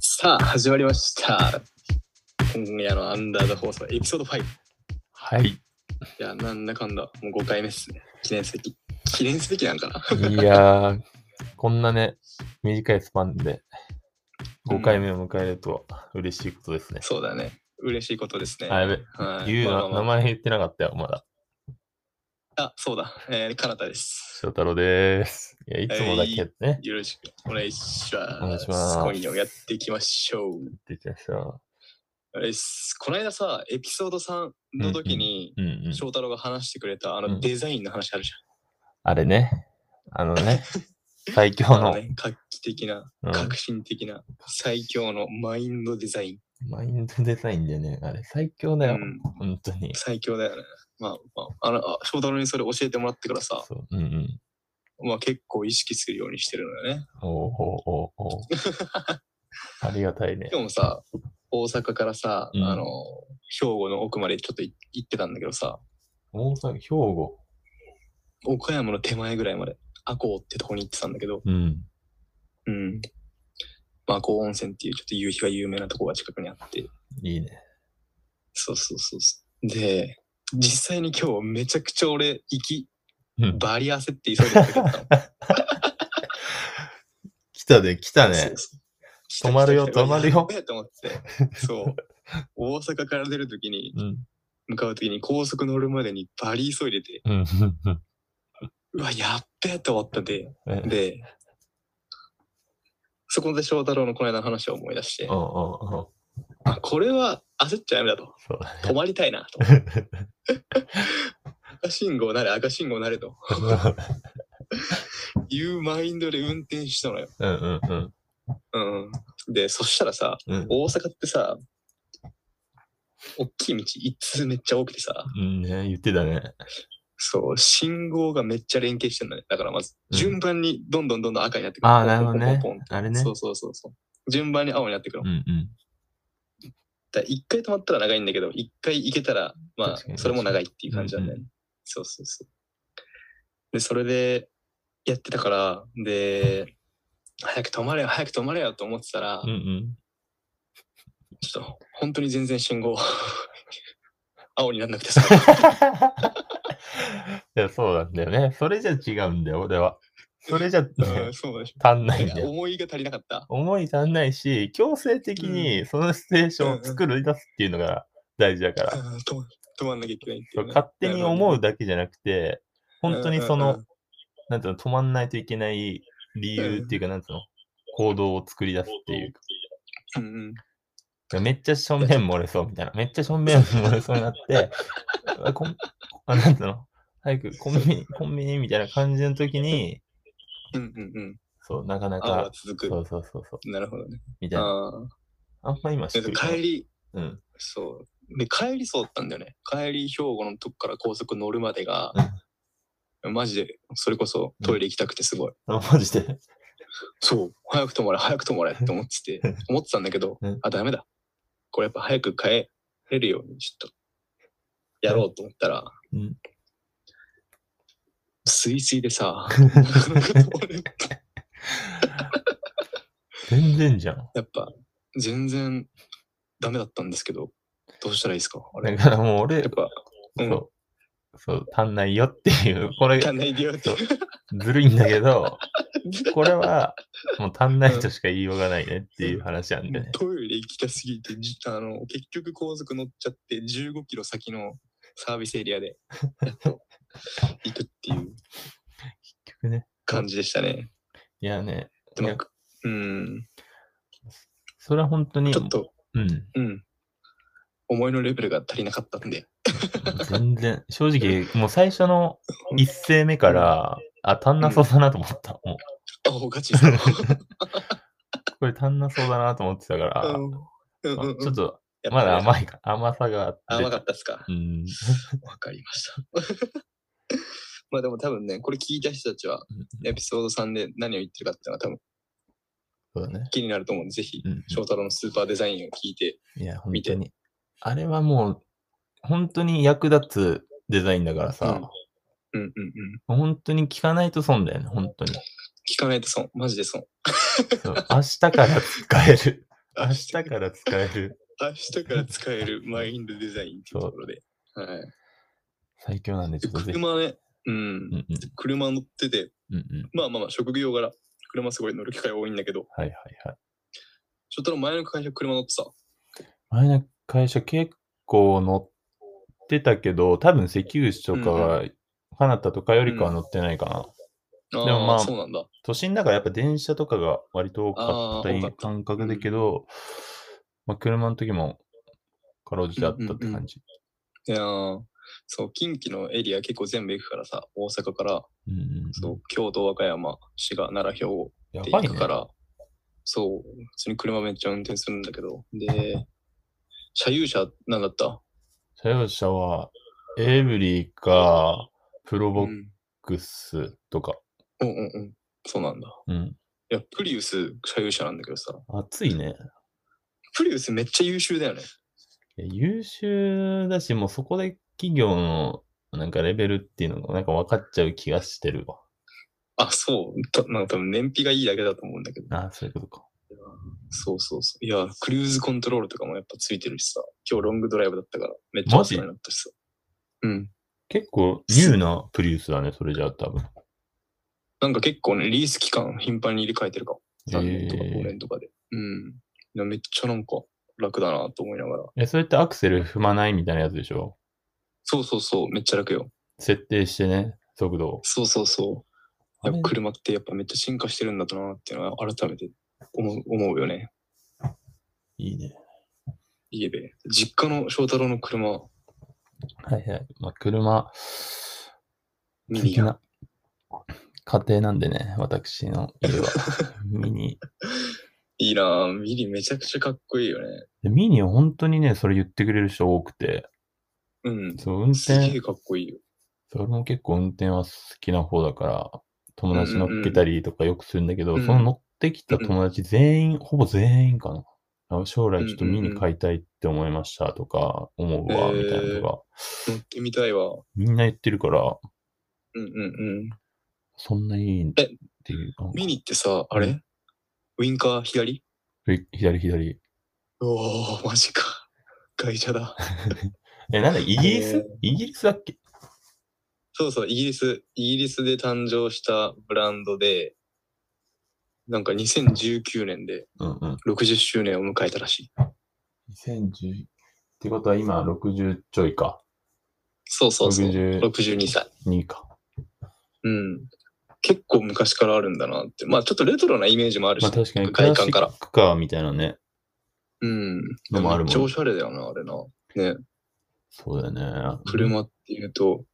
さあ始まりました今夜のアンダード放送エピソード5いはい。やなんだかんだもう5回目っすね記念すべき記念すべきなんかないやー、こんなね、短いスパンでう5ん回目を迎えるとは嬉しいことですね。そうだね嬉しいことですねあ、やべ、はい言うまあまあの、まあ名前言ってなかったよ、まだ。あそうだえー、かなたです翔太郎でーす。いや、いつもだけね、やっよろしくお願いしますお願いします今夜もやっていきましょうていきましょあれっすこの間さエピソード3の時に、う。うんうん。翔太郎が話してくれたあうのんデザインの話あるじあれね、あのね、最強ゃん、 あのの、ね画期的なうん革新的な最強のマインドデザインマインドデザインでね、あれ最強だよ、うん本当に。最強だよね。まあ、まあ、あの、あ翔太郎にそれ教えてもらってからさ、そう、うんうん。まあ結構意識するようにしてるのよね。おおおおお ありがたいね。今日もさ、大阪からさ、うんあの、兵庫の奥までちょっとい行ってたんだけどさ、大阪、兵庫。岡山の手前ぐらいまで、阿公ってとこに行ってたんだけど、うん。うん。まあ、阿公温泉っていうちょっと夕日が有名なとこが近くにあって、いいね。そうそうそうそう。で、実際に今日めちゃくちゃ俺、行き、うんバリ焦って急いでたけどさ、来たで、来たそうね。そう止まるよ来た来た来た止まるよやべえと思って。 そう。大阪から出るときに、うん。向かうときに高速乗るまでにバリ急いでて、うん。うわ、やっべえと思ったで、うん。うん。で、そこで翔太郎のこの間の話を思い出して、そあ、これは焦っちゃダメだと。う止まりたいな と。赤信号なれ、赤信号なれとだね。いうマインドで運転したのよ。うんうんうん。うん。で、そしたらさ、うん大阪ってさ、大きい道一通めっちゃ多くてさ、うんね、言ってたね。そう、信号がめっちゃ連携してるんだね。だからまず、うん順番にどんどんどんどん赤になってくる。あーなるほどねポンポンポンポンあれポンね。そうそうそうそう。順番に青になってくるう。んうん。だから一回止まったら長いんだけど、一回行けたら、ま確かあ、にそれも長いっていう感じなんだようね。そうそうそう。で、それでやってたから、で、早く止まれよ、早く止まれよと思ってたら、うんうん。ちょっと、本当に全然信号、 青にならなくてさ。いや、そうなんだよね。それじゃ違うんだよ、俺は。それじゃ、ねうん、そうでしょ。足んないいんやだよ。思いが足りなかった。思い足んないし、強制的にそのステーションを作り出すっていうのが大事だから。うん止ま止まんなきゃいけないっていそううね、勝手に思ううだけじゃなくて、本当にその、なんていうの、止まんないといけない理由っていうか、なんていうの、行動を作り出すっていうか。うんうん、うんうんめっちゃ正面漏れそうみたいな。めっちゃ正面漏れそうになって、 あこんあなんていうの、早くコンビ ニ、コンビニみたいな感じの時に、うんうんうん。そう、なかな青はか、続そく。うそうそう、そうなるほどね。みたいな。ああ。あんま今知えっってとる帰り、うん。そう。で、帰りそうだったんだよね。帰り兵庫のとこから高速乗るまでが、マジで、それこそトイレ行きたくてすごい。あマジで。 そう。早く止まれ、早く止まれって思って て、思ってたんだけどうん、あ、ダメだ。これやっぱ早く帰れるように、ちょっと、やろうと思ったら、うんスイスイでさ、 俺全然じゃん。やっぱ、全然ダメだったんですけど、どうしたらいいですかあれだからもう俺、やっ ぱ、うんそう、そう、足んないよっていう、これキ、ャンナイディアってそうずるいんだけど、 これは、もう足んないとしか言いようがないねっていう話なんでね。 トイレ行きたすぎて、じあの、結局高速乗っちゃって、15キロ先のサービスエリ アで、やっと行くっていう結局ね。感じでしたね。いやね、でもいや、うん、それは本当に、ちょっと、うん、うん、思いのレベルが足りなかったんで、全然、正直、もう最初の一声目から、あ、足んなそうだなと思った。もう、あ、おガチです かこれ足んなそうだなと思ってたから、うんうんうんうんちょっと、やっぱりまだ甘いか、甘さがあって。甘かったですかうん。わかりました。 まあでも多分ね、これ聞いた人たちは、エピソード3で何を言ってるかっていうのが多分そうだね。気になると思うんで、ぜひ、うん。翔太郎のスーパーデザインを聞いて、いや、本見て当に。あれはもう、本当に役立つデザインだからさ、うんうんうん。本当に聞かないと損だよね、本当に。聞かないと損。マジで損。そう明日から使える。明日から使える明日から使えるマインドデザインっていうところで。はい、最強なんで、ちでょっとぜひ。車ね、うん、うんうん車乗ってて、うんうん。まあまあまあ、職業柄、車すごい乗る機会多いんだけど、はいはいはい。ちょっと前の会社車乗ってさ、前の会社結構乗ってたけど、多分石油市とかうは、かなたとかよりかは乗ってないかな。あでもまああ、そうなんだ。都心だからやっぱ電車とかが割と多かっあー多かったた感覚だけど、まあ、車の時もかろうじてあったってうんうんうん感じ。いやーそう、近畿のエリア結構全部行くからさ、大阪から、うんうんうんそう、京都、和歌山、滋賀、奈良、兵庫やってば行いくね。から、そう、普通に車めっちゃ運転するんだけど、で、車有車なんだった車用車はエブリーかプロうボッん。クスとか。うんうんうん。そうなんだ。うん。いや、プリウス車有車なんだけどさ、暑いね。プリウスめっちゃ優秀だよね。いや優秀だし、もうそこで企業のなんかレベルっていうのがなんか分かっちゃう気がしてるわ。あ、そう。たなんか多分燃費がいいだけだと思うんだけど。ああ、そういうことか。そうそうそう。いや、クルーズコントロールとかもやっぱついてるしさ。今日ロングドライブだったから、めっちゃマおジ世話になったしさ。うん。結構ニューなプリウスだね、それじゃあ多分。なんか結構ね、リース期間頻繁に入れ替えてるかも。3年とかえー5年とかで。うん。いや、めっちゃなんか楽だなと思いながら。え、それってアクセル踏まないみたいなやつでしょそうそうそう、めっちゃ楽よ。設定してね、速度を。そうそうそう。やっあれぱ車ってやっぱめっちゃ進化してるんだなっていうのは改めて思う思うよね。いいね。家で。実家の翔太郎の車、はいはい。まあ、車、ミ好ニきが。な家庭なんでね、私の家 は。ミニ。いいなぁミニめちゃくちゃかっこいいよね。でミニ本当にね、それ言ってくれる人多くて、うん。そう、運すげえ転、かっこいいよ。それも結構運転は好きな方だから、友達乗っけたりとかよくするんだけど、うんうんその乗ってきた友達全員、ほぼ全員かな。あ将来ちょっとミニ買いたいって思いましたとか、思うわ、へーみたいなのが、乗ってみたいわ。みんな言ってるから、うんうんうん。そんないいってえいうか。ミニってさ、あれ、うウインカー左ふ左左。うおー、マジか。外車だ。え、なんだ、イギリえースイギリスだっけそうそう、イギリス。イギリスで誕生したブランドで、なんか2019年でうんうん。 60周年を迎えたらしい。 2010ってことは今60ちょいか。そうそうそう。 60 62歳。 2か。うん。結構昔からあるんだなって。まあちょっとレトロなイメージもあるし、まあ確かにク外ラシ観からッ。クカーみたいなね。うん。のもあるもんめっちゃおしゃれだよな、あれな。ね。そうだよね。車っていうと、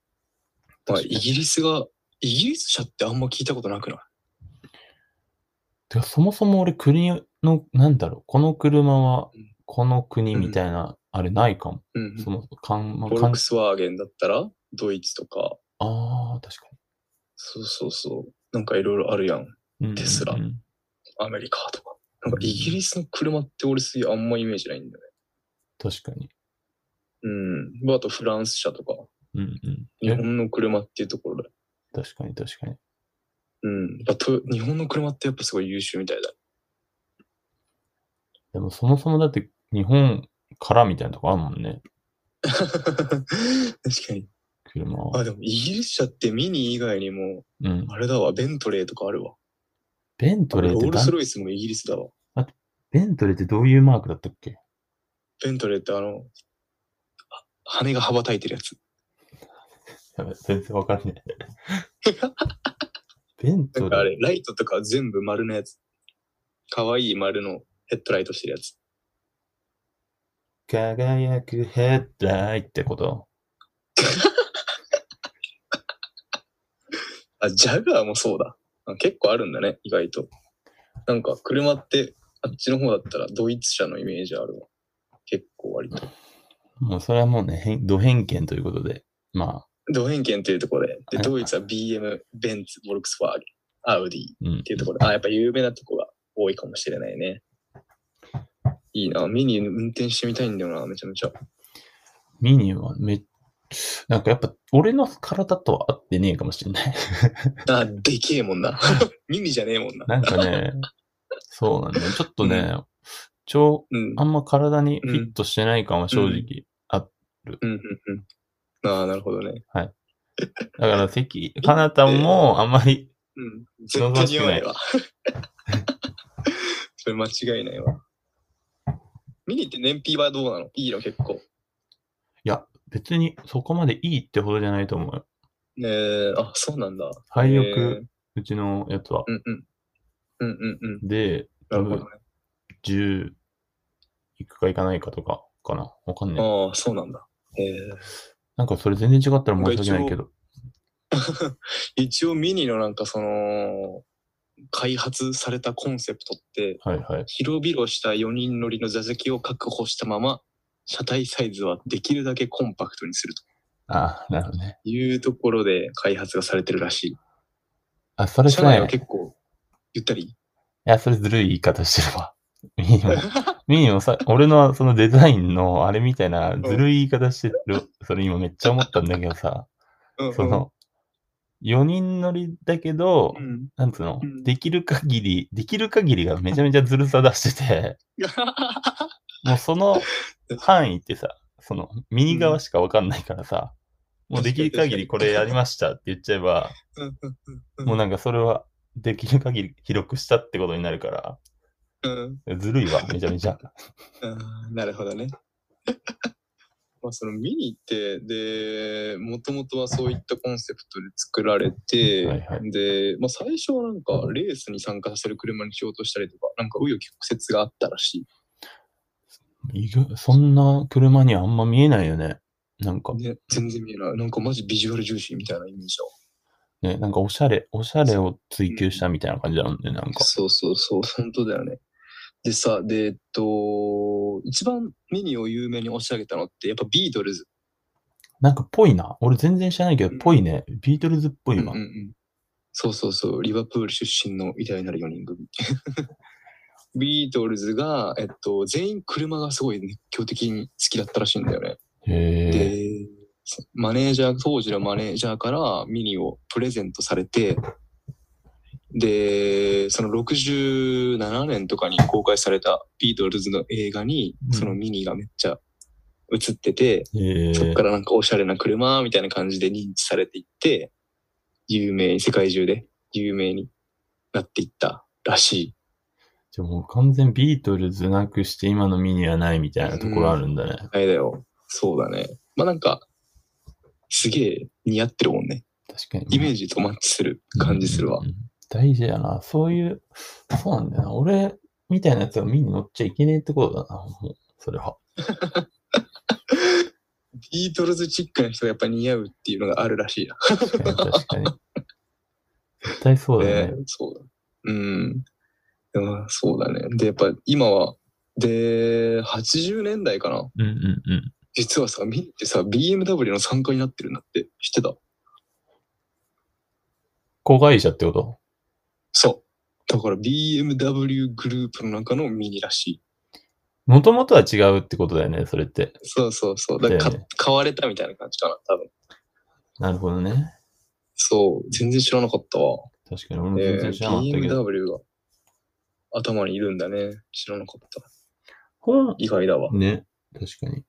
まあ、確イかにギリスが、イギリス車ってあんま聞いたことなくないてかそもそも俺国の、なんだろう、この車はうんこの国みたいな、あれないかも。うんそもかん、まあ、フォかルんクスワーゲンだったら、ドイツとか、ああ、確かそうそうそう、なんかいろいろあるやん。に。うんテスラうんうんアメリカとか。なんかイギリスの車って俺すげえあんまイメージないんだよね。確かに。うん。まああとフランス車とか、うんうん。日え本の車っていうところで。確かに確かに。うん。やっぱと日本の車ってやっぱすごい優秀みたいだ。でもそもそもだって日本からみたいなとこあるもんね。 確かに。車は。あ、でもイギリス車ってミニ以外にも、うん。あれだわ、ベントレーとかあるわ。ベントレーロってールスだロイスもイギリスだわ。ベントレーってどういうマークだったっけベントレーってあの、あ羽が羽ばたいてるやつ。やべ全然わか んねえ。ベンなトんかあレーれ、ライトとか全部丸のやつ。かわいい丸のヘッドライトしてるやつ。輝くヘッドライってことあ、ジャガーもそうだ。あ結構あるんだね、意外と。なんか車って、あっちの方だったらドイツ車のイメージあるわ。結構割と。もうそれはもうね、へんド偏見ということで。まあ、ド偏見っていうところで。で、はいドイツは BM、ベンツ、ボルクスファーゲン、アウディっうん。ていうところで。あ、やっぱ有名なとこが多いかもしれないね。いいな。ミニ運転してみたいんだよな、めちゃめちゃ。ミニはめなんかやっぱ俺の体とは合ってねえかもしれない。 あ、で けえもんな。ミニじゃねえもんな。なんかね、そうなんだよ。ちょっとね、超、うん。あんま体にフィットしてない感は正うん直。うんうん。ああ、なるほどね。だから、関、かなたもあんまり、うん。絶対似合わないわ。 それ間違いないわ。ミニって燃費はどうなのいいの結構。別にそこまでいいってほどじゃないと思うよ。えー、あ、そうなんだ。廃え屋、ーうちのやつは。うんうん。うんうんうん。で、なるほどね。 10いくかいかないかとかかな。わかんない。ああ、そうなんだ。えーなんかそれ全然違ったら申し訳ないけど。一応ミニのなんかその開発されたコンセプトってはいはい。広々した4人乗りの座席を確保したまま車体サイズはできるだけコンパクトにするとああ、なるほどね。いうところで開発がされてるらしあ、そい。れ車さ内はえ、い結構ゆったり。や、それずるい言い方してるわ。 ミニも、ミニ もさ、俺のそのデザインのあれみたいな、ずるい言い方してる。それ今めっちゃ思ったんだけどさ、うんうんその、4人乗りだけどう、んなんつうのうん、できる限り、できる限りがめちゃめちゃずるさ出してて、もう その範囲ってさ、その右側しかわかんないからさ、もうできる限りこれやりましたって言っちゃえば、うんうんうんもうなんかそれはできる限り広くしたってことになるから、うんずるいわ、めちゃめちゃ。あーなるほどね。 まあそのミニってでもともとはそういったコンセプトで作られて、はいはで、まあ、最初はなんかレースに参加させる車にしようとしたりとかなんか紆余曲折があったらし意外そんな車にはあんま見えないよね。なんかい、、ね、全然見えないなんかマジビジュアル重視みたいなイメージだわね、なんかおしゃれ、おしゃれを追求したみたいな感じなんで、なんか。そうそうそう本当だよねでさでえっと一番ミニを有名に押し上げたのってやっぱビートルズ、なんかぽいな。俺全然知らないけうどん、ぽいね。ビートルズっぽういんわうんう。んそうそうそうリバプール出身の偉大なる4人 組ビートルズが、えっと、全員車がすごい熱狂的に好きだったらしいんだよねへえ。で、マネージャー、当時のマネージャーからミニをプレゼントされて、で、その67年とかに公開されたビートルズの映画に、うんそのミニがめっちゃ映ってて、へそっえか。らなんかおしゃれな車みたいな感じで認知されていって、有名、世界中で有名になっていったらしい。じゃあもう完全ビートルズなくして今のミニはないみたいなところあるんだね。あれだよ。そうだね。まあなんか、すげえ似合ってるもんね。確かに。イメージとマッチする感じするわう。ん。大事やな。そういう、そうなんだよな。俺みたいなやつが見に乗っちゃいけねえってことだな。もう、それは。ビートルズチックな人がやっぱ似合うっていうのがあるらしいな。確かに、確かに。絶対そうだよね。ねそうだ。うん。でもそうだね。で、やっぱ今は、で、80年代かな。うんうんうん。実はさ、ミニってさ、BMW の参加になってるんだって知ってた子会社ってことそう。だから BMW グループの中のミニらしい。もともとは違うってことだよね、それって。そうそうそう。だからかだよね買われたみたいな感じかな、多分。なるほどね。そう。全然知らなかったわ。確かに、俺もえ全ー然知らなかったけど。 BMW が頭にいるんだね。知らなかった。本意外だわ。ね。確かに。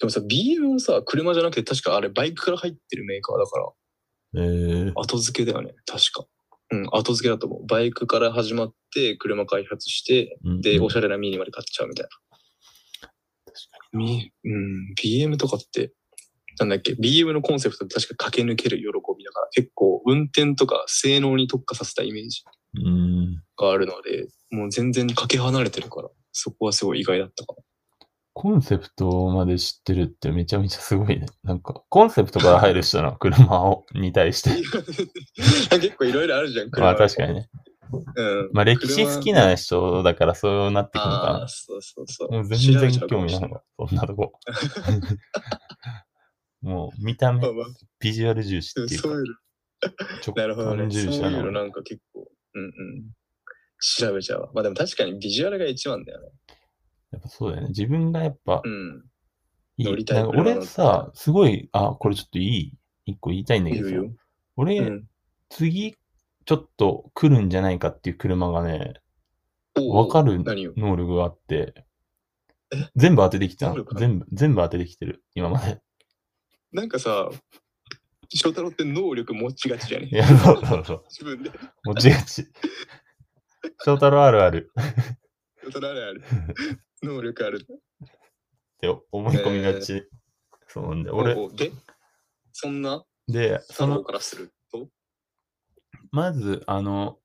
でもさ、BM もさ、車じゃなくて、確かあれ、バイクから入ってるメーカーだから、えー、後付けだよね、確か。うん、後付けだと思う。バイクから始まって、車開発して、うんで、うんおしゃれなミニまで買っちゃうみたいな。確みうん、BM とかって、なんだっけ、BM のコンセプトって確か駆け抜ける喜びだから、結構運転とか性能に特化させたイメージかに。うん。があるので、もう全然かけ離れてるから、そこはすごい意外だったか コンセプトまで知ってるってめちゃめちゃすごいね。なんか、コンセプトから入る人なの、 車を、に対しな。て。結構いろいろあるじゃん、まあ確かに。にね。うん。まあ歴史好きな人だからそうなってくるのああー、かそうそうそう。な。もう全調べ然ちゃうか興も味しなれいわ、そんなとこ。 もう見た目まあ、まあ、ビジュアル重視でもっていうそかういうの、、直なるほどね。感そう重視だいうのな。なんか結構、うんうん。調べちゃうわ。まあでも確かにビジュアルが一番だよね。やっぱそうだよね。自分がやっぱうん。い乗りい。たいなんか車だったら俺さ、すごい、あ、これちょっといい、一個言いたいんだけ言どうさよ。う俺、ん。次、ちょっと来るんじゃないかっていう車がね、おおうわかる何を能力があって、全部当ててきた能力。全部、全部当ててきてる、今まで。 なんかさ、翔太郎って能力持ちがちじゃねいや、そうそうそう。自分で。持ち がち。翔太郎あるある翔太郎あるあ る。能力ある。って思い込みがち。そうなんで、俺、おうで、そんなで、太そ郎の、からすると、まず、あの、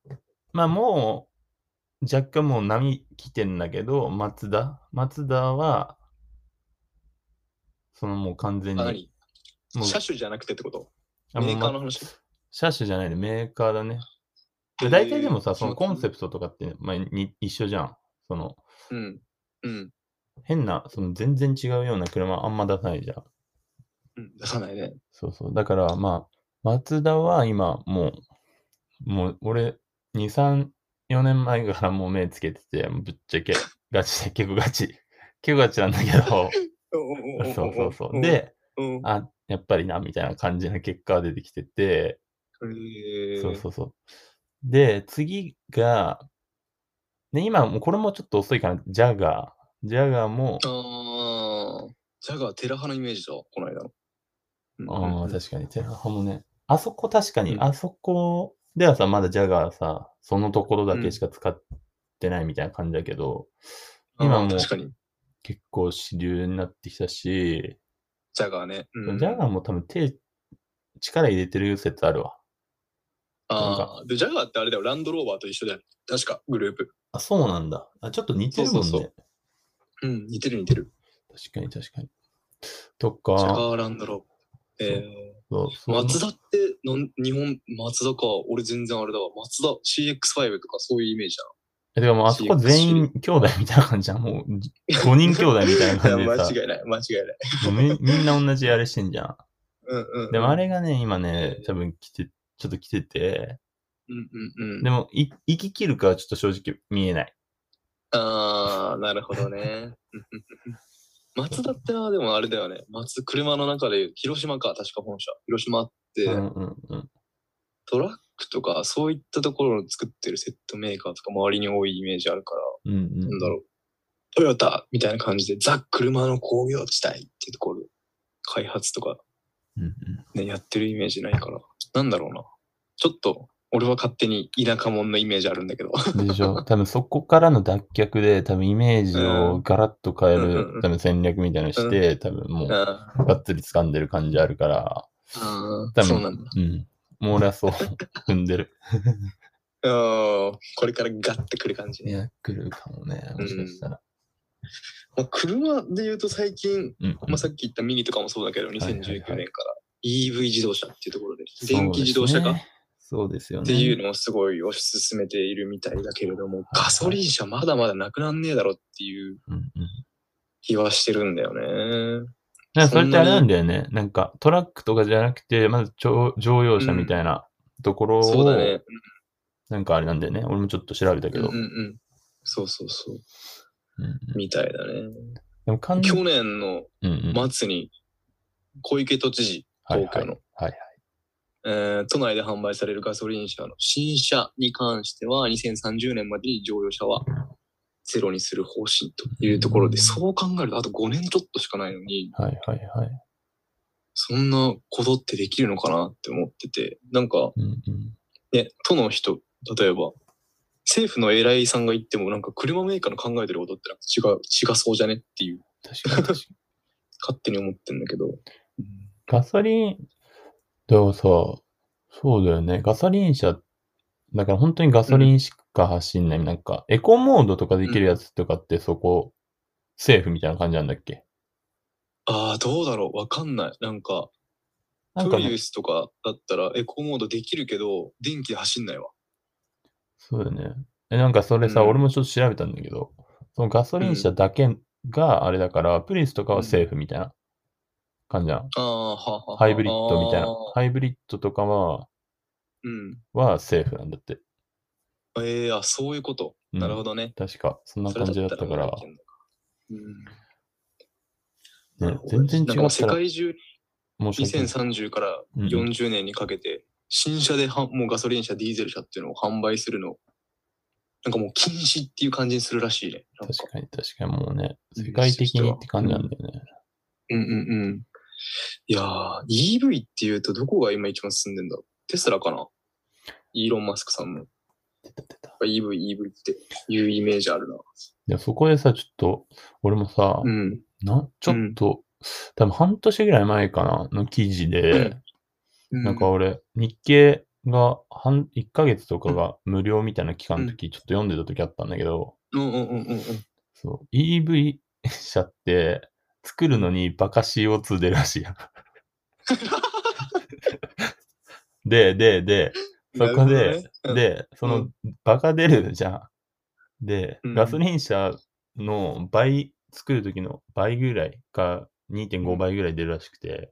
まあもう、若干もう波来てんだけど、松田松田は、そのもう完全あ、に、何もう車種じゃなくてってことあメーカーもうの話。車種じゃないでメーカーだね。へーで大体でもさ、そのそうだねコンセプトとかって、まあ、に一緒じゃん。そのうん。うん。変な、その全然違うような車あんま出さないじゃん。うん出さないね。そうそう。だから、まあ、松田は今、もう、もう、俺、2、3、4年前からもう目つけてて、ぶっ ちゃけ、ガチで、結構ガチ。結構ガチなんだけど、 そうそうそう。、で、うんあ、やっぱりな、みたいな感じの結果が出てきてて、へーそうそうそう。で、次が、ね、今、もうこれもちょっと遅いかな、ジャガー。ジャガーも、ああ、ジャガー、テラ派のイメージだ、この間の。うんあうあ、んうん確かに、テラハもね。あそこ確かに、うんあそこではさ、まだジャガーさ、そのところだけしか使ってないみたいな感じだけど、今あーもう確かに、結構主流になってきたし、ジャガーね。うんジャガーも多分手、力入れてる説あるわ。あーで、ジャガーってあれだよ、ランドローバーと一緒だよ。確か、グループ。あ、そうなんだ。あちょっと似てるもんね。そうそううん、似てる似てる。確かに、確かに。とジャか、ガー、ランドローバー。えそうー、そう松田ってなん、日本、松田か、俺全然あれだわ。松田 CX5 とかそういうイメージえてかもうあそこ全員兄弟みたいな感じじゃん。もう5人兄弟み ただいなな。い感じやで間さ、違いない、間違いない。もうみみんな同じあれしてんじゃん。うんうんうん、でもあれがね、今ねえ、ー多分来て、ちょっと来てて、うんうんうん。でも、い行き切るかはちょっと正直見えない。ああ、なるほどね。 松田ってな、でもあれだよね。松、車の中で言う、広島か、確か本社。広島あって、うんうんうん。トラックとか、そういったところを作ってるセットメーカーとか、周りに多いイメージあるから、うんうんなんだろう。トヨタみたいな感じで、ザ・車の工業地帯ってところ、開発とか、うんうん。ね、やってるイメージないから、なんだろうな。ちょっと、俺は勝手に田舎者のイメージあるんだけ ど。でしょ多分そこからの脱却で、多分イメージうをんガラッと変えうんうんうるん、多分戦略みたいなのして、多分もう、あーがっつり掴んでる感じあるから、あー、多そうなんだ分。、うん。もう俺 はそう、踏んでる。ああ、これからガッてくる感じいね。や、来るかもね、もしかしたら。まあ、車で言うと最近、うん。まあ、さっき言ったミニとかもそうだけど、2019はいはい年から EV 自動車っていうところで、電気自動車化っそうですね。そうですよね。ていうのをすごい推し進めているみたいだけれども、ガソリン車まだまだなくなんねえだろっていううんうん。気はしてるんだよね。なんかそそれっんてなあにれなんだよね。なんかトラックとかじゃなくて、まず乗乗用車みたいなところそうを、だね。なんかあれなんだよね。俺もちょっと調べたうけんうど。んうん。そうそうそう。うんうんみたいだね。でも完去全年のうんうん末に、小池都知事、はい東京の。はいはい。えー都内で販売されるガソリン車の新車に関しては2030年までに乗用車はゼロにする方針というところで、そう考えるとあと5年ちょっとしかないのに、はいはいはい。そんなことってできるのかなって思ってて、なんかうんうんね、都の人、例えば政府の偉いさんが言ってもなんか車メーカーの考えてることってなんか違う、違そうじゃねっていう確かに確かに。勝手に思ってんだけど。ガソリン、でもさ、そうだよね。ガソリン車、だから本当にガソリンしか走んない。なんか、エコモードとかできるやつとかってそこ、セーフみたいな感じなんだっけああ、どうだろうわかんない。なんか、なんプかリねウ、スとかだったらエコモードできるけど、電気で走んないわ。そうだよね。え、なんかそれさ、うん俺もちょっと調べたんだけど、そのガソリン車だけがあれだから、プリンスとかはセーフみたいな感じなの。ああ、はあはあはあハイブリッドみたいあなー。ハイブリッドとかは、うん。はセーフなんだって。ええあ、そういうこと。うんなるほどね。確か、そんなそれ感じだったからま、だいけんのかうんなるねほ、ど全ね然違なんっかた世ら界中申し訳ない。 2030からうん40年にかけて、新車ではもうガソリン車、ディーゼル車っていうのを販売するのをなんかもう禁止っていう感じにするらしいね。なんか確かに確かにもうね、いいね世界的にって感じなんだよね。うんうんうん。いやー、EV っていうとどこが今一番進んでんだろうテスラかなイーロン・マスクさんも。やっ出た出た。ぱ EV、EV っていうイメージあるな。でそこでさ、ちょっと、俺もさ、うん。なちょっと、多分半年ぐらい前かな、の記事で、なんか俺、日経が半1ヶ月とかが無料みたいな期間の時、ちょっと読んでた時あったんだけど、うんうんうんうんうん。そう、EV 車って作るのにバカ CO2 出るらし いよ。で、で、で、そなこるほで、どねうんで、そうのバカ出るじゃん。で、うんガソリン車の倍、作る時の倍ぐらいか2.5倍ぐらい出るらしくて、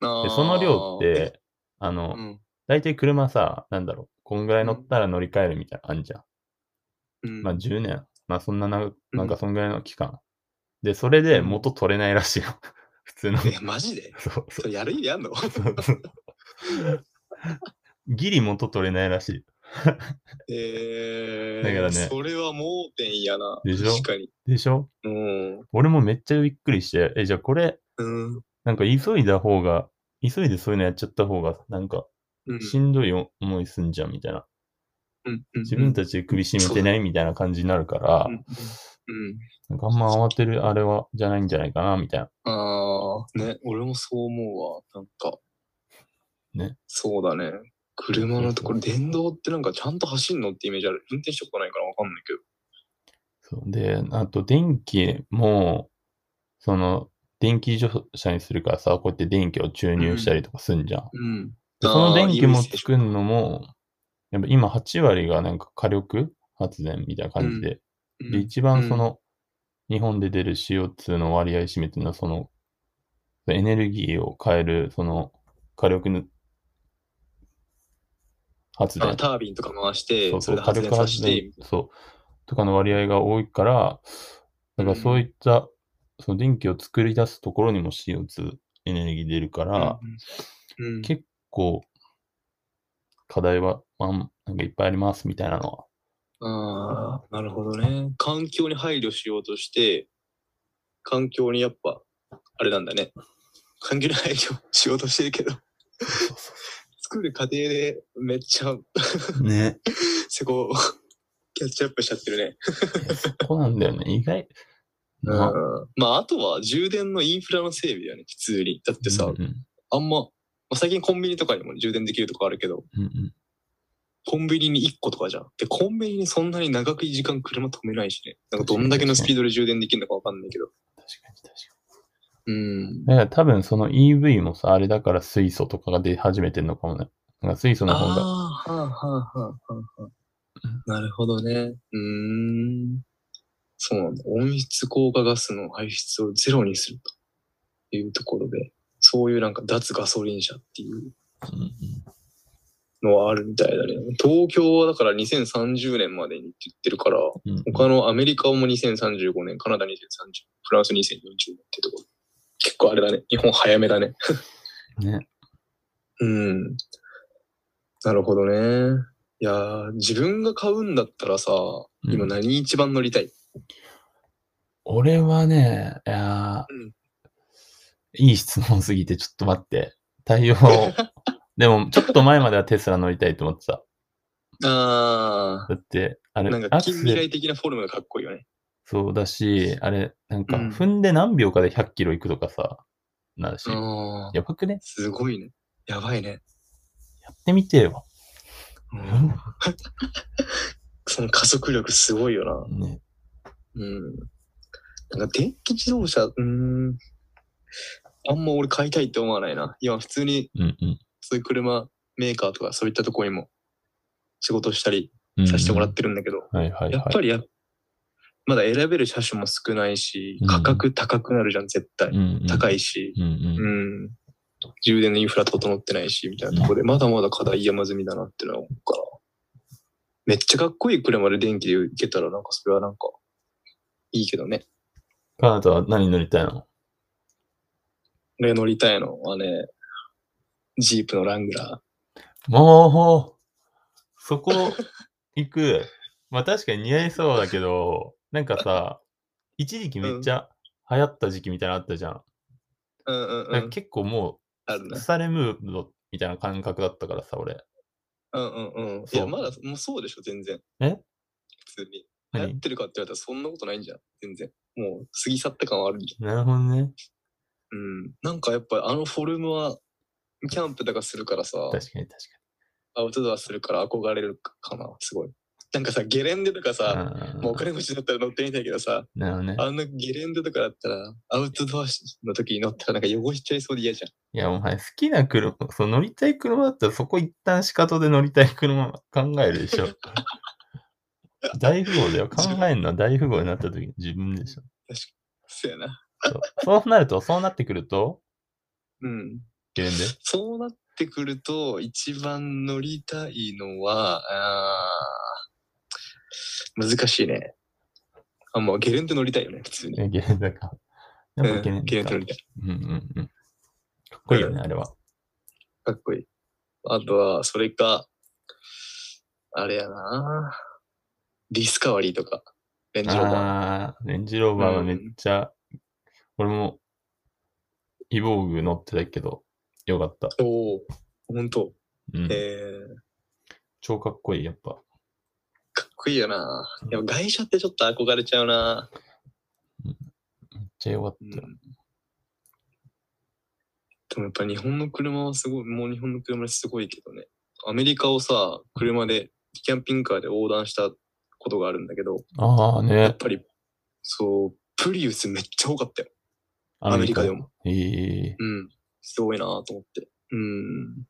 あーでその量っ、て、あの、うん大体車さ、なんだろう、こんぐらい乗ったら乗り換えるみたいなのあんじゃん。うんまあ10年、まあそんなな、なんうかんそんぐらいの期間。で、それでうん元取れないらしいよ。 普通の。え、マジでそうそそれやる意味あんのうそうそう。ギリ元取れないらしえー、だからねそれは盲点やな。でしょ確かに。い。でしょうん。俺もめっちゃびっくりして、え、じゃあこれ、うん。なんか急いだ方が、急いでそういうのやっちゃった方が、なんかうんしんどい思いすんじゃんみたいな。うんうん自分たちで首絞めてないみたいな感じになるからうん、うん。なんかあんま慌てるあれは、じゃないんじゃないかな、みたいな。ああ、ね、俺もそう思うわ。なんか。ね。そうだね。車のとこそろ、うそうそう電動ってなんかちゃんと走んのってイメージある。運転したことないからわかんないけど。そうで、あと電気も、その、電気自動車にするからさ、こうやって電気を注入したりとかすんじゃん。うん。でそのあー電気もいい作るのも、やっぱ今8割がなんか火力発電みたいな感じで、うんで、一番その、日本で出る CO2 の割合占めてるのは、その、エネルギーを変える、その、火力の発あ電。タービンとか回して、そうそそう、れで発火電力さ発せて電、、そう、とかの割合が多いから、だからそういった、その電気を作り出すところにも CO2 エネルギー出るから、うんうん結構、課題は、まあ、なんかいっぱいありますみたいなのは。ああ、なるほどね。環境に配慮しようとして、環境にやっぱ、あれなんだね。環境に配慮しようとしてるけど、作る過程でめっちゃ、ね。そこをキャッチアップしちゃってるね。そこなんだよね。意外。まあうんまあ、あとは充電のインフラの整備だよね、普通に。だってさ、うんうんあんま、まあ、最近コンビニとかにも充電できるとこあるけど、うんうんコンビニに1個とかじゃん。で、コンビニにそんなに長く時間車止めないしね。なんかどんだけのスピードで充電できるのかわかんないけど。確かに確かうんに。。だから多分その EV もさ、あれだから水素とかが出始めてんのかもね。なんか水素の方あがあ、はあはあはあはあはあ。なるほどね。うーん。そうなんだ。温室効果ガスの排出をゼロにするというところで、そういうなんか脱ガソリン車っていううんうんのはあるみたいだね。東京はだから2030年までにって言ってるから、うんうん他のアメリカも2035年、カナダ2030、フランス2040年ってところ。結構あれだね。日本早めだね。ね。うん。なるほどね。いやー自分が買うんだったらさ、うん今何一番乗りたい、俺はね、いやー、うんいい質問すぎて、ちょっと待って。 対応を。でも、ちょっと前まではテスラ乗りたいと思ってた。あだって、あー、なんれ、かアク近未セル来的なフォルムがかっこいいよね。そうだし、あれ、なんか、うん踏んで何秒かで100キロ行くとかさ、なるし、あーやばくねすごいね。やばいね。やってみてよ。うんその加速力すごいよな。ね、うん。なんか電気自動車、うーん。あんま俺買いたいって思わないな。今普通にうんうんそういう車メーカーとかそういったとこにも仕事したりうんうん。させてもらってるんだけど、はいはいはい。やっぱりや、まだ選べる車種も少ないしう、ん価格高くなるじゃん、絶対。うんうん、高いし、うんうんうん。充電のインフラ整ってないし、みたいなところで、まだまだ課題山積みだなってのは思うから。めっちゃかっこいい車で電気で行けたら、なんかそれはなんか、いいけどね。カナダは何乗りたいの俺乗りたいのはね、ジープのラングラー。もう、そこ行く。まあ確かに似合いそうだけど、なんかさ、一時期めっちゃ流行った時期みたいなのあったじゃん。うんうんうなんかん。結構もあるう、ね。腐れムードみたいな感覚だったからさ、俺。うんうんうん。いそうや、まだ、もうそうでしょ、全然。え普通に。流行っ何てるかって言われたらそんなことないんじゃん。全然。もう過ぎ去った感はあるんじゃん。なるほどね。うん。なんかやっぱあのフォルムは、キャンプとかするからさ、確かに確アウトドアするから憧れるかな、すごい。なんかさ、ゲレンデとかさ、かに。うんもうお金持ちだったら乗ってみたいけどさ、なるほどね。あんなゲレンデとかだったら、アウトドアの時に乗ったらなんか汚しちゃいそうで嫌じゃん。いや、お前好きな車、そう乗りたい車だったらそこ一旦仕方で乗りたい車考える でしょ。大富豪だよ。考えるのは大富豪になった時の自分でしょ。そうやな。そうそうなると、そうなってくると、うん。ゲレンデそうなってくると、一番乗りたいのは、あー難しいね。あ、もうゲレンデ乗りたいよね、普通に。 えゲレンデか。やっぱゲレうンんゲレデンデ乗りか。たい。うんうんうん。かっこいいよね、あれは。かっこいい。あとは、それか、あれやなディスカバリーとか、レンジローバー。あー、レンジローバーはめっちゃ、俺も、イボーグ乗ってたけど、よかった。おおほんと。うん。えー、超かっこいい、やっぱ。かっこいいよなでも外車ってちょっと憧れちゃうなめっちゃよかっうたよ。んでもやっぱ日本の車はすごい、もう日本の車ですごいけどね。アメリカをさ、車で、キャンピングカーで横断したことがあるんだけど、ああやっね、ぱり、そう、プリウスめっちゃ多かったよ。アメリカアメリカででもも。ええうん。すごいなと思って。うん。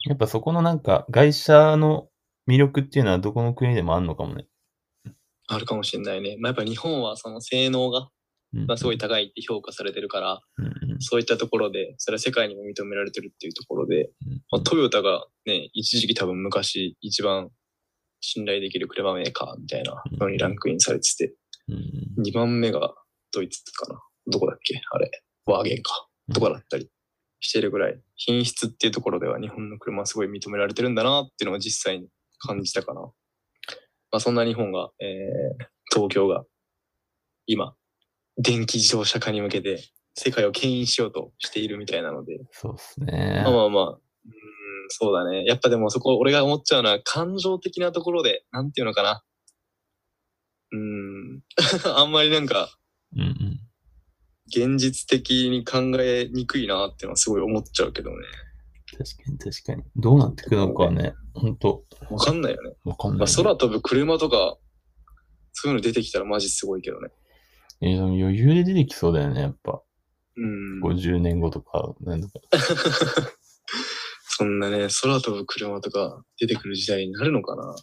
やっぱそこのなんか、外車の魅力っていうのはどこの国でもあるのかもね。あるかもしれないね。まあ、やっぱ日本はその性能が、うんまあ、すごい。高いって評価されてるから、うんうんそういったところで、それは世界にも認められてるっていうところで、うんまあ、トヨタがね、一時期多分昔一番信頼できる車メーカーみたいなのにランクインされてて、うんうん2番目がドイツかな。どこだっけあれ。ワーゲンか。とかだったりしてるぐらい、品質っていうところでは日本の車はすごい認められてるんだなっていうのを実際に感じたかな。まあ、そんな日本が、えー東京が今、電気自動車化に向けて世界を牽引しようとしているみたいなので、そうっすねまあ。まあまあ、うーん、そうだね。やっぱでもそこ、俺が思っちゃうのは感情的なところで、なんていうのかな。うーん、あん まりなんか、うんうん。現実的に考えにくいなっていうのはすごい思っちゃうけどね。確かに確かに。どうなってくのかはね、ほんと、わかんないよね。わかんなまいあ、。空飛ぶ車とか、そういうの出てきたらマジすごいけどね。えーでも余裕で出てきそうだよね、やっぱ。うん。 50年後とか、なんとか。そんなね、空飛ぶ車とか出てくる時代になるのかな。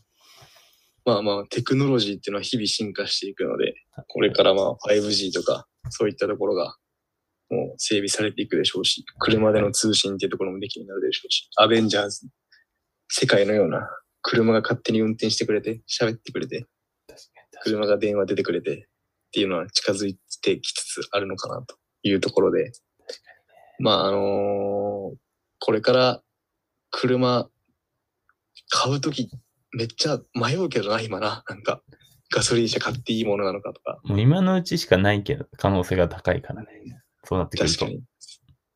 まあまあ、テクノロジーっていうのは日々進化していくので、これからまあ 5G とか、そういったところが、もう整備されていくでしょうし、車での通信っていうところもできるようになるでしょうし、アベンジャーズ、世界のような、車が勝手に運転してくれて、喋ってくれて、確かに確か車が電話出てくれてっていうのは近づいてきつつあるのかなというところで、まああのこれから車買うときめっちゃ迷うけどな、今な。なんか、ガソリン車買っていいものなのかとか。に。もう今のうちしかないけど、可能性が高いからね。そうなってくる確とか。に。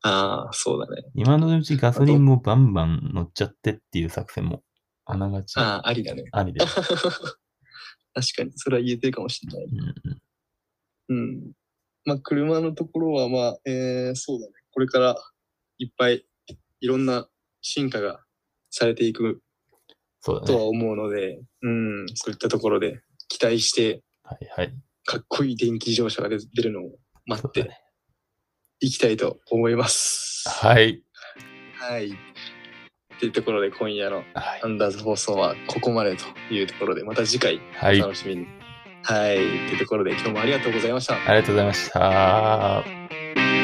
ああ、そうだね。今のうちガソリンもバンバン乗っちゃってっていう作戦も、あながちあああ、ありだね。り で。確かに、それは言えてるかもしれない。うんうんうん。まあ、車のところは、まあ、えー、そうだね。これからいっぱいいろんな進化がされていくそうだとね。は思うので、うん、そういったところで期待して、はいはい。かっこいい電気自動車が出出るのを待そっうだてね。いきたいと思います。はい。はい。というところで、今夜のはいア。ンダーズ放送はここまでというところで、また次回はい。楽しみに。はい。というところで、今日もありがとうございました。ありがとうございました。